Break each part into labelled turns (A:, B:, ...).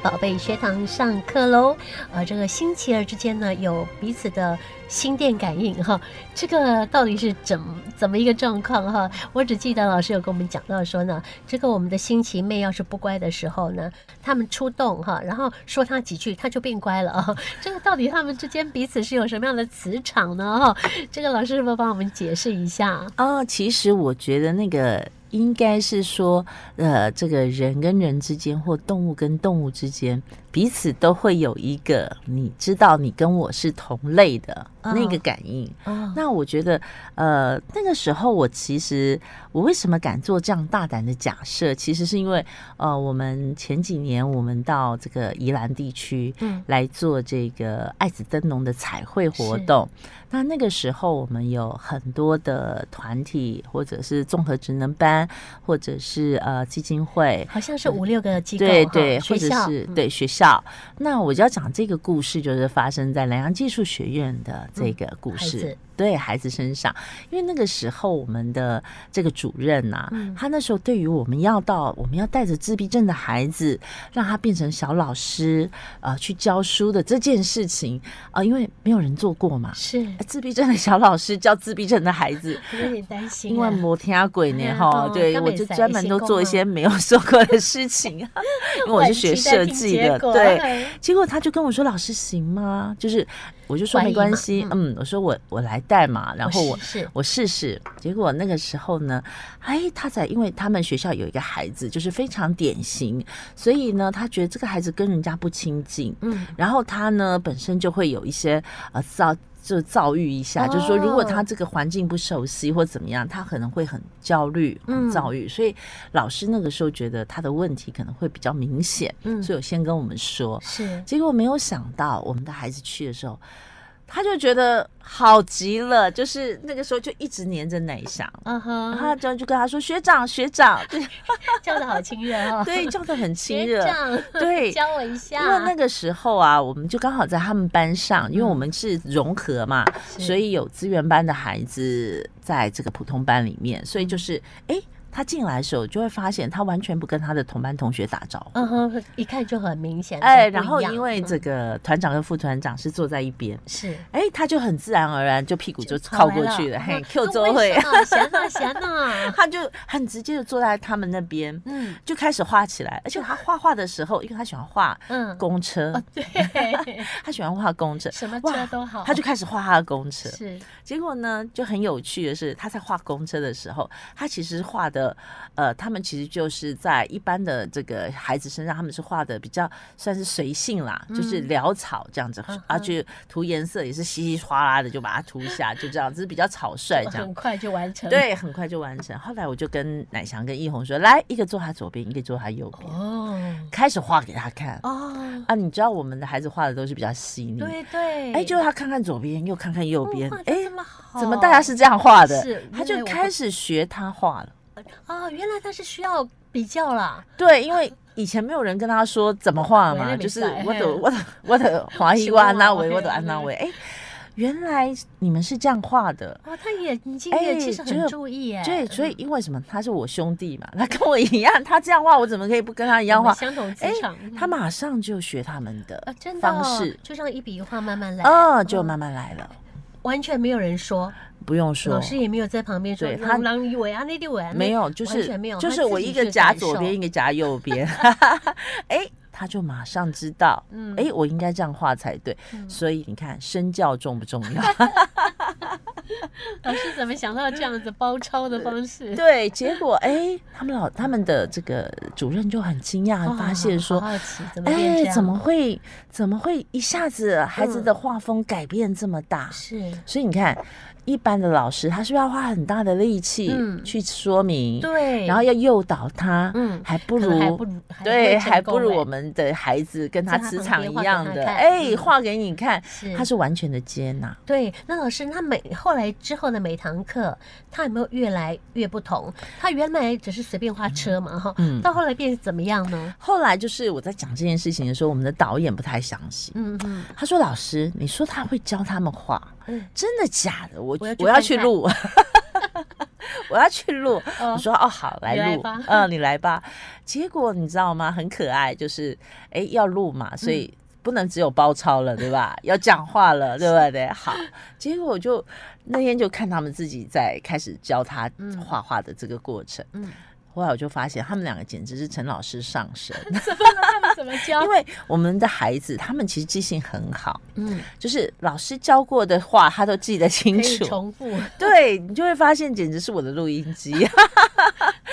A: 宝贝学堂上课喽。呃，这个星期二之间呢，有彼此的心电感应哈，这个到底是怎怎么一个状况哈？我只记得老师有跟我们讲到说呢，这个我们的星期妹要是不乖的时候呢，他们出动哈，然后说她几句，她就变乖了啊。 这个到底他们之间彼此是有什么样的磁场呢？哈，这个老师是不是帮我们解释一下？
B: 哦，其实我觉得那个应该是说，呃，这个人跟人之间，或动物跟动物之间，彼此都会有一个你知道你跟我是同类的
A: 哦
B: 那个感应。
A: 哦，
B: 那我觉得，呃，那个时候我其实我为什么敢做这样大胆的假设，其实是因为，呃，我们前几年我们到这个宜兰地区，
A: 嗯
B: 来做这个爱子灯笼的彩绘活
A: 是
B: 动。那那个时候，我们有很多的团体，或者是综合职能班，或者是呃基金会，
A: 好像是五六个机构
B: 对
A: 哈
B: 对，
A: 学
B: 或者
A: 校
B: 是
A: 嗯
B: 对学校。那我就要讲这个故事，就是发生在南洋技术学院的这个故
A: 嗯孩
B: 事，
A: 子
B: 对孩子身上。因为那个时候，我们的这个主任呐、
A: 嗯
B: 他那时候对于我们要到我们要带着自闭症的孩子，让他变成小老师，呃，去教书的这件事情，啊，因为没有人做过嘛。
A: 是，
B: 呃自闭症的小老师教自闭症的孩子，
A: 我有点担心啊，
B: 因为摩天鬼
A: 哎
B: 呢，
A: 呀
B: 哈、
A: 哦
B: 对
A: 刚
B: 我
A: 美
B: 就
A: 赛
B: 专
A: 一
B: 门
A: 些
B: 都
A: 功
B: 做一
A: 啊
B: 些没有做过的事 情啊，因为我是
A: 很
B: 学
A: 期待
B: 设
A: 听
B: 计
A: 结
B: 的，
A: 果
B: 对。
A: 哎
B: 结果他就跟我说：“老师行吗？”就是，我就说
A: 怀疑
B: 没关系
A: 嘛，
B: 嗯，我说我我来带嘛，然后我
A: 试试
B: 我试试。结果那个时候呢，哎，他在，因为他们学校有一个孩子就是非常典型，所以呢，他觉得这个孩子跟人家不亲近，
A: 嗯，
B: 然后他呢本身就会有一些呃遭就遭遇一下，
A: 哦
B: 就是说如果他这个环境不熟悉或怎么样，他可能会很焦虑、
A: 嗯
B: 很躁郁，所以老师那个时候觉得他的问题可能会比较明显，
A: 嗯
B: 所以我先跟我们说，
A: 是
B: 结果没有想到我们的孩子去的时候。他就觉得好极了，就是那个时候就一直黏着奶翔，
A: 啊
B: 然
A: 哈
B: 后，他就跟他说学长学长， 对
A: 叫的好亲热哦，
B: 对，叫的很亲
A: 学
B: 热，
A: 长，
B: 对，
A: 教我一下，
B: 因为那个时候啊，我们就刚好在他们班上，因为我们是融合嘛，
A: 嗯是
B: 所以有资源班的孩子在这个普通班里面，所以就是
A: 嗯
B: 诶，他进来的时候就会发现他完全不跟他的同班同学打招呼。
A: 嗯哼，一看就很明显，
B: 哎，
A: 是不
B: 然后
A: 一样
B: 因为
A: 嗯
B: 这个团长跟副团长是坐在一边，
A: 是
B: 哎，他就很自然而然就屁股就靠过去 了，嘿，Q
A: 嗯
B: 周会，
A: 闲呐闲呐，
B: 他就很直接的坐在他们那边，
A: 啊嗯
B: 就开始画起来。而且他画画的时候，因为他喜欢画
A: 嗯，
B: 公车，
A: 对，
B: 他喜欢画公车，
A: 什么
B: 哇
A: 车都好，
B: 他就开始画他的公车。
A: 是
B: 结果呢，就很有趣的是，他在画公车的时候，他其实画的，呃，他们其实就是在一般的这个孩子身上，他们是画的比较算是随性啦，就是潦草这样子，
A: 嗯嗯哼
B: 而且涂颜色也是稀稀哗啦的就把它涂一下，就这样，只是比较草率这样
A: 哦很。快就完成，，
B: 对，很快就完成。后来我就跟乃翔跟一红说，来，一个坐他左边，一个坐他右边，
A: 哦
B: 开始画给他看。
A: 哦，
B: 啊，你知道我们的孩子画的都是比较细腻，
A: 对对，
B: 哎，就是他看看左边，又看看右边，哎、
A: 哎，这么好，
B: 怎么大家是这样画的？
A: 是
B: 他
A: 原来
B: 就
A: 我
B: 开
A: 不
B: 始学他画 了。
A: 哦，原来他是需要比较啦，
B: 对，因为以前没有人跟他说怎么画
A: 哦我也
B: 嘛，
A: 没
B: 就是
A: 在嘿
B: 我的我的 我的华裔我安那维，
A: 是
B: 啊我的安那维。哎，原来你们是这样画的。
A: 哦，他眼睛
B: 哎
A: 也其实
B: 就
A: 很
B: 是
A: 注意哎，
B: 对，所
A: 以
B: 以因为什么？他是我兄弟嘛， 他跟我一样，他这样画，我怎么可以不跟他一样画？
A: 相同磁
B: 哎
A: 场，
B: 他马上就学他们
A: 呃
B: 的
A: 真的
B: 方
A: 哦嗯
B: 式，
A: 就让一笔一画慢慢来，
B: 哦，就慢慢来了，
A: 完全没有人说，
B: 不用说
A: 老。师也没有在旁边说
B: 对
A: “
B: 他
A: 郎郎以为啊，那六为啊”，
B: 没有，就
A: 完
B: 是
A: 全没有，
B: 就是
A: 他自
B: 我
A: 己
B: 一个
A: 去
B: 夹
A: 感
B: 左
A: 受
B: 边，一，个夹右 边，哎，他就马上知道，
A: 嗯
B: 哎，我应该这样画才对。
A: 嗯
B: 所以你看，身教重不重 要？
A: 老师怎么想到这样子包抄的方式？
B: 对，结果哎，他们老他们的这个主任就很惊讶，
A: 哇
B: 发现说
A: 哦好。好奇怎么变这
B: 哎，
A: 样？嗯
B: 怎么会怎么会一下子孩子的画风改变这么大？
A: 是？
B: 所以你看，一般的老师他是不是要花很大的力气
A: 嗯
B: 去说明，
A: 对，
B: 然后要诱导他，
A: 嗯
B: 还不
A: 可能
B: 如
A: 还不如还
B: 对，
A: 未
B: 还
A: 成
B: 不
A: 功
B: 如
A: 哎
B: 我们的孩子跟他
A: 在他
B: 磁
A: 旁
B: 场
A: 边
B: 一
A: 画给
B: 样
A: 他
B: 的，
A: 看
B: 哎，
A: 嗯
B: 画给你看，
A: 是
B: 他是完全的接纳，
A: 对，那老师，他每后来之后的每堂课，他有没有越来越不同？他原来只是随便画车嘛，哈、
B: 嗯。
A: 到后来变怎么样呢？
B: 后来就是我在讲这件事情的时候，我们的导演不太相信，
A: 嗯嗯
B: 他说：“老师，你说他会教他们画，
A: 嗯，
B: 真的假的？我
A: 我要去
B: 我要
A: 看
B: 去
A: 看
B: 录。” 我要去录。
A: 哦
B: 我说哦好，来
A: 你来
B: 录
A: 吧，
B: 嗯，你来吧。结果你知道吗？很可爱，就是哎要录嘛，所
A: 嗯
B: 以不能只有包抄了，对吧？要讲话了，对不对？好，结果我就那天就看他们自己在开始教他
A: 嗯
B: 画画的这个过程。
A: 嗯，
B: 后来我就发现他们两个简直是陈老师上 身，
A: 怎么了？他们怎么教
B: 因？为我们的孩子他们其实记性很好，
A: 嗯，
B: 就是老师教过的话他都记得
A: 可
B: 清
A: 以
B: 楚。
A: 重复，
B: 对你就会发现，简直是我的录音机。啊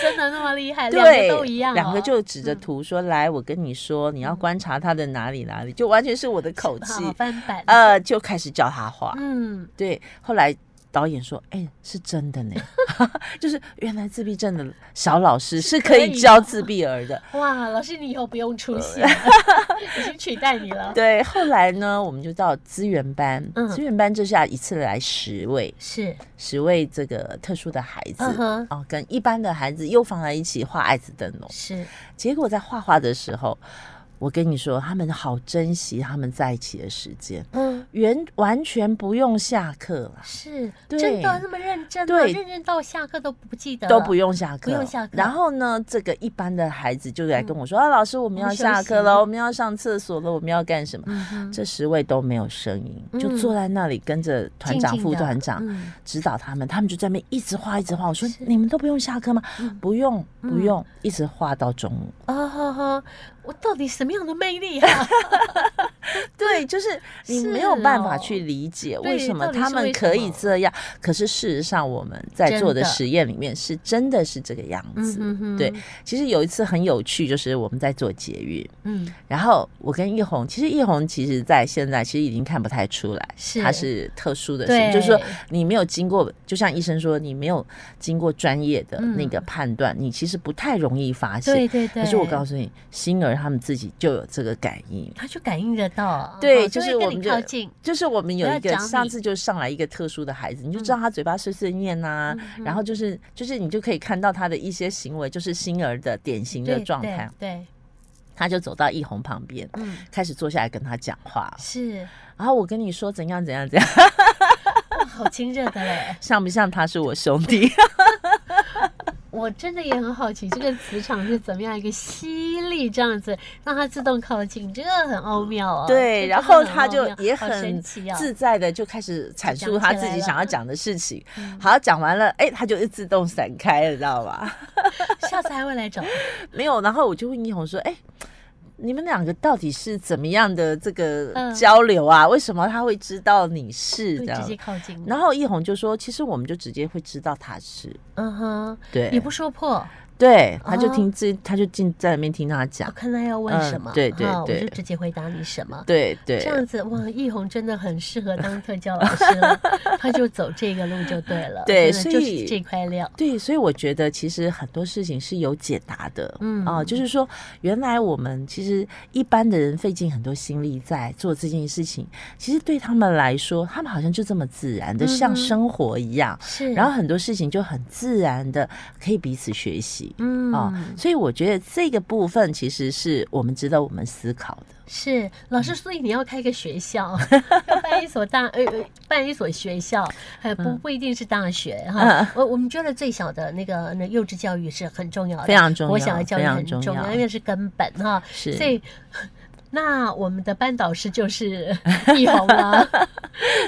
A: 真的那么厉害？两
B: 对，
A: 个都一样哦，嗯
B: 两个就指着图说：“来，我跟你说，你要观察他的哪里哪里。”就完全是我的口气，
A: 好翻版。
B: 呃，就开始教他画。
A: 嗯，
B: 对，后来导演说：“哎、是真的呢， 就是原来自闭症的小老师是可
A: 可以
B: 以教自闭儿的。”
A: 哇，老师你以后不用出现 了，已经取代你了。
B: 对，后来呢，我们就到资源班
A: 嗯，
B: 资源班这下一次来十位，
A: 是，
B: 十位这个特殊的孩子。
A: 嗯哼，
B: 哦，跟一般的孩子又放在一起画爱滋灯笼，
A: 是，
B: 结果在画画的时候，我跟你说，他们好珍惜他们在一起的时间，
A: 嗯，
B: 原完全不用下课了，
A: 是，
B: 对
A: 真的那么认真吗？
B: 对
A: 认真到下课都不记得了，
B: 都不用下课，
A: 啊不用下课
B: 然后呢，这个一般的孩子就来跟我说：“啊，老师，我们
A: 我
B: 要
A: 们休
B: 下课了，
A: 息
B: 我们要上厕所了，我们要干什么？”
A: 嗯哼。
B: 这十位都没有声音，
A: 嗯
B: 就坐在那里跟着团
A: 静
B: 长、
A: 静
B: 副
A: 地
B: 团长
A: 嗯
B: 指导他们，他们就在那边一直画，一直画。我说
A: 是：“
B: 你们都不用下课吗？”不用，不
A: 嗯
B: 用，一直画到中午。
A: 哦吼吼，我到底什么样的魅力啊？
B: 对，就是你
A: 是
B: 没有办法
A: 哦
B: 去理解
A: 对
B: 为什么
A: 到底
B: 他
A: 是
B: 们
A: 为什
B: 可以
A: 么
B: 这样，可是事实上我们在
A: 真
B: 做的
A: 的
B: 实验里面是真的是这个样子。
A: 嗯哼哼
B: 对，其实有一次很有趣，就是我们在做节育，
A: 嗯，
B: 然后我跟易红，其实易红其实在现在其实已经看不太出来，
A: 是
B: 她是特殊的事，就是说
A: 对
B: 你没有经过，就像医生说，你没有经过专业的那
A: 嗯
B: 个判断，你其实不太容易发现。
A: 对对对。
B: 可是我告诉你，星儿他们自己就有这个感应。
A: 他就感应得到，
B: 对
A: 哦
B: 就是
A: 会
B: 我
A: 跟
B: 们
A: 你
B: 就
A: 靠近，
B: 就是我们有一
A: 不要
B: 个
A: 讲你
B: 上次就上来一个特殊的孩子，你就知道他嘴巴碎碎念呐、
A: 嗯哼
B: 然后就是就是你就可以看到他的一些行为，就是星儿的典型的
A: 对
B: 状态。，
A: 对，
B: 他就走到易红旁边，
A: 对嗯，
B: 开始坐下来跟他讲话。
A: 是，
B: 然后我跟你说怎样怎样 怎样，！
A: 哇，好亲热的嘞
B: 像不像他是我兄 弟？
A: 我真的也很好奇，这个磁场是怎么样一个吸力，这样子让它自动靠近，这个很奥妙啊。
B: 对，
A: 这
B: 然
A: 真的
B: 后
A: 很
B: 他
A: 奥
B: 就
A: 妙
B: 也
A: 好
B: 很
A: 神奇啊，
B: 自在的就开始阐述
A: 就讲起
B: 他
A: 来
B: 自己
A: 了
B: 想要讲的事情
A: 嗯。
B: 好，讲完了，哎，他就自动闪开了，知道吧？
A: 下次还会 来找我。
B: 没有，然后我就问一红说：“哎、你们两个到底是怎么样的这个
A: 嗯
B: 交流啊？为什么他会知道你是
A: 会直
B: 这样
A: 接？”靠近我，
B: 然后一红就说：“其实我们就直接会知道他是
A: 嗯哼，
B: 对，
A: 也不说破，
B: 对，他就
A: 哦
B: 听自，他就进在那边听他
A: 我
B: 讲，
A: 看他要问
B: 嗯
A: 什么，
B: 对对
A: 哈
B: 对
A: 我就直接回答你什么。
B: 对对
A: 这样子哇，易红真的很适合当特教老师 了，他就走这个路就对了，
B: 对
A: 真的
B: 所
A: 就是
B: 以
A: 这块料，
B: 对，所以我觉得其实很多事情是有解答的，
A: 嗯
B: 啊、就是说原来我们其实一般的人费尽很多心力在做这件事情，其实对他们来说，他们好像就这么自然的，
A: 嗯
B: 像
A: 哼
B: 生活一样。
A: 是，
B: 然后很多事情就很自然的可以彼此学习
A: 嗯
B: 啊、所以我觉得这个部分其实是我们值得我们思考的。
A: 是老
B: 嗯
A: 师，所以你要开个学校， 要办一所大呃呃办一所学校，还不不一定是大学哈
B: 嗯。
A: 我我们觉得最小的那个那幼稚教育是很重要的，
B: 非常重要
A: 我想的教育
B: 非常
A: 很重
B: 重
A: 要，
B: 要
A: 因为是根本哈。
B: 是
A: 所以。那我们的班导师就是 易红了，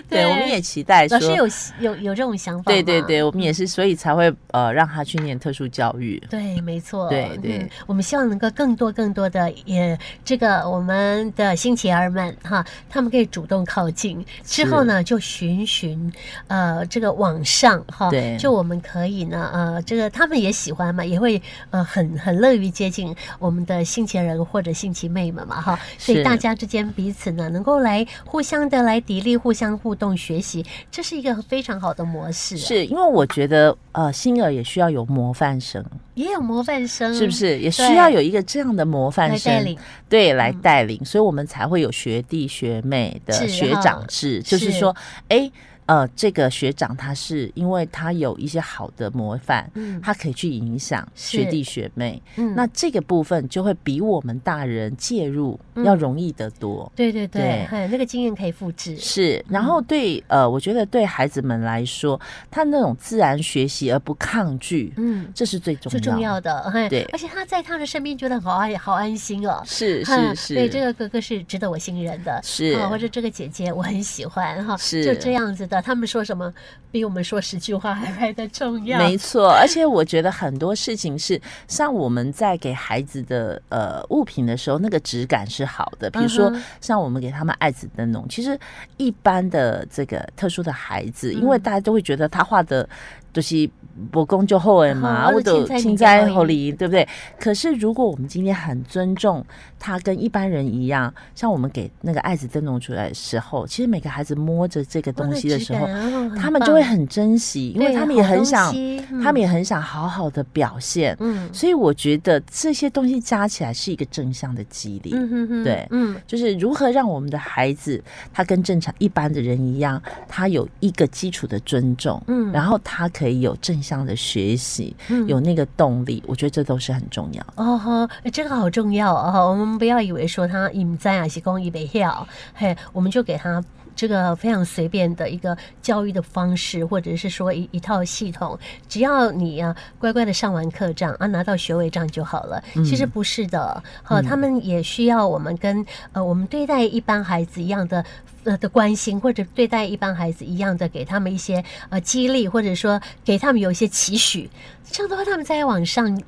B: 对，我们也期待说
A: 老，师有有有这种想法吗，嗯
B: 对对对，我们也是，所以才会呃让他去念特殊教育。
A: 对，没错，
B: 对对
A: 嗯我们希望能够更多更多的也这个我们的新奇儿们哈，他们可以主动靠近，之后呢就循循呃这个往上哈，
B: 对
A: 就我们可以呢呃这个他们也喜欢嘛，也会呃很很乐于接近我们的新奇人或者新奇妹们嘛哈，所以
B: 是
A: 大家之间彼此呢能够来互相的来砥砺，互相互动学习，这是一个非常好的模式、啊，
B: 是因为我觉得呃，星儿也需要有模范生，
A: 也有模范生，
B: 是不？是？也
A: 嗯对
B: 需要有一个这样的模范
A: 来
B: 生
A: 带领，嗯
B: 对，来带领，所以我们才会有学弟学妹的
A: 是
B: 学
A: 哈
B: 长制，就是是说，哎。呃，这个学长他是因为他有一些好的模范，
A: 嗯
B: 他可以去影响
A: 是
B: 学弟学妹，
A: 嗯
B: 那这个部分就会比我们大人介入
A: 嗯
B: 要容易得多。
A: 对对对，
B: 对
A: 还有那个经验可以复制，
B: 是，然
A: 嗯
B: 后对呃，我觉得对孩子们来说，他那种自然学习而不抗拒，
A: 嗯，
B: 这是最重要。
A: 最重要的，嘿
B: 对
A: 而且他在他的身边觉得好安好安心哦，
B: 是
A: 哈
B: 是是，
A: 对，这个哥哥是值得我信任的，
B: 是
A: 啊，或者这个姐姐我很喜欢哈，
B: 是
A: 就这样子的。他们说什么比我们说十句话还来的重要，
B: 没错，而且我觉得很多事情是，像我们在给孩子的呃物品的时候，那个质感是好的。比如说
A: 嗯哼，
B: 像我们给他们爱子灯笼，其实一般的这个特殊的孩子，因为
A: 嗯
B: 大家都会觉得他画的。就是不公就后哎嘛，
A: 哦
B: 我
A: 凊
B: 都
A: 彩
B: 青
A: 人
B: 在
A: 家
B: 后里，对不对？可是如果我们今天很尊重他，跟一般人一样，像我们给那个爱子灯笼出来的时候，其实每个孩子摸着这个
A: 哇
B: 东
A: 那
B: 西的
A: 质
B: 时候，
A: 感哦
B: 他
A: 很
B: 们就会
A: 棒
B: 很珍惜，因为
A: 对
B: 他们也
A: 好
B: 很
A: 东
B: 想
A: 西，
B: 他们
A: 嗯
B: 也很想好好的表现。
A: 嗯
B: 所以我觉得这些东西加起来是一个正向的激励，
A: 嗯哼哼，
B: 对
A: 嗯
B: 就是如何让我们的孩子他跟正常一般的人一样，他有一个基础的尊重，
A: 嗯
B: 然后他可以有正向的学习，
A: 嗯
B: 有那个动力，我觉得这都是很重要的。
A: 哦吼，这个好重要哦！我们不要以为说他隐在啊，是公益北跳，嘿，我们就给他这个非常随便的一个教育的方式，或者是说一一套系统，只要你啊乖乖的上完课这样啊，拿到学位这样就好了。其实不是的，好、他们也需要我们跟呃我们对待一般孩子一样的。呃的关心，或者对待一般孩子一样的，给他们一些呃激励，或者说给他们有一些期许，这样的话他们才往上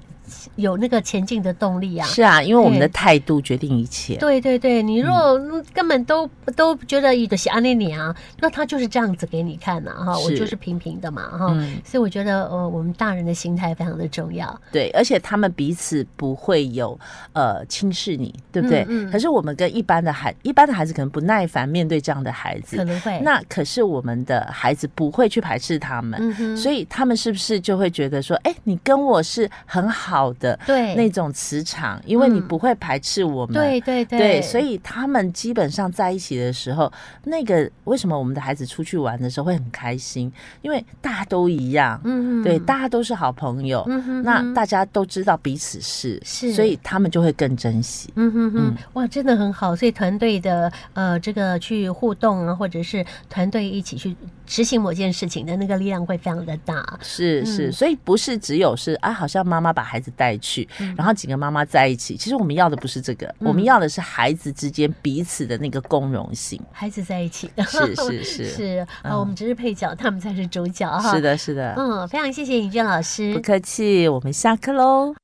A: 有那个前进的动力啊。
B: 是啊，因为我们的
A: 对
B: 态度决定一切。
A: 对对对，你若嗯根本都都觉得伊的是安内你啊，那他就是这样子给你看呐、哈，我
B: 是
A: 就是平平的嘛哈，
B: 嗯
A: 所以我觉得呃我们大人的心态非常的重要，
B: 对，而且他们彼此不会有呃轻视你，对不对？
A: 嗯嗯
B: 可是我们跟一般的孩，一般的孩子可能不耐烦面对这样的孩
A: 可
B: 子，
A: 能会
B: 那可是我们的孩子不会去排斥他们，
A: 嗯哼，
B: 所以他们是不是就会觉得说，哎，你跟我是很好的
A: 对
B: 那种磁场，因为你
A: 嗯
B: 不会排斥我们。
A: 对对对
B: 对，所以他们基本上在一起的时候，那个为什么我们的孩子出去玩的时候会很开心？因为大家都一样，
A: 嗯
B: 对，大家都是好朋友，
A: 嗯哼
B: 那
A: 哼
B: 大家都知道彼此是，
A: 是
B: 所以他们就会更珍惜。
A: 嗯哼哼
B: 嗯，
A: 哇，真的很好。所以团队的呃，这个去互动啊，或者是团队一起去执行某件事情的那个力量会非常的大。
B: 是是，
A: 嗯
B: 所以不是只有是啊，好像妈妈把孩子带去，
A: 嗯
B: 然后几个妈妈在一起。其实我们要的不是这个，我们要的是孩子之间彼此的那个共融性。
A: 孩子在一起，
B: 是是 是
A: 是哦啊，
B: 嗯
A: 我们只是配角，他们才是主角哈。嗯
B: 是，的，是的，
A: 嗯，非常谢谢尹娟老师，
B: 不客气，我们下课喽。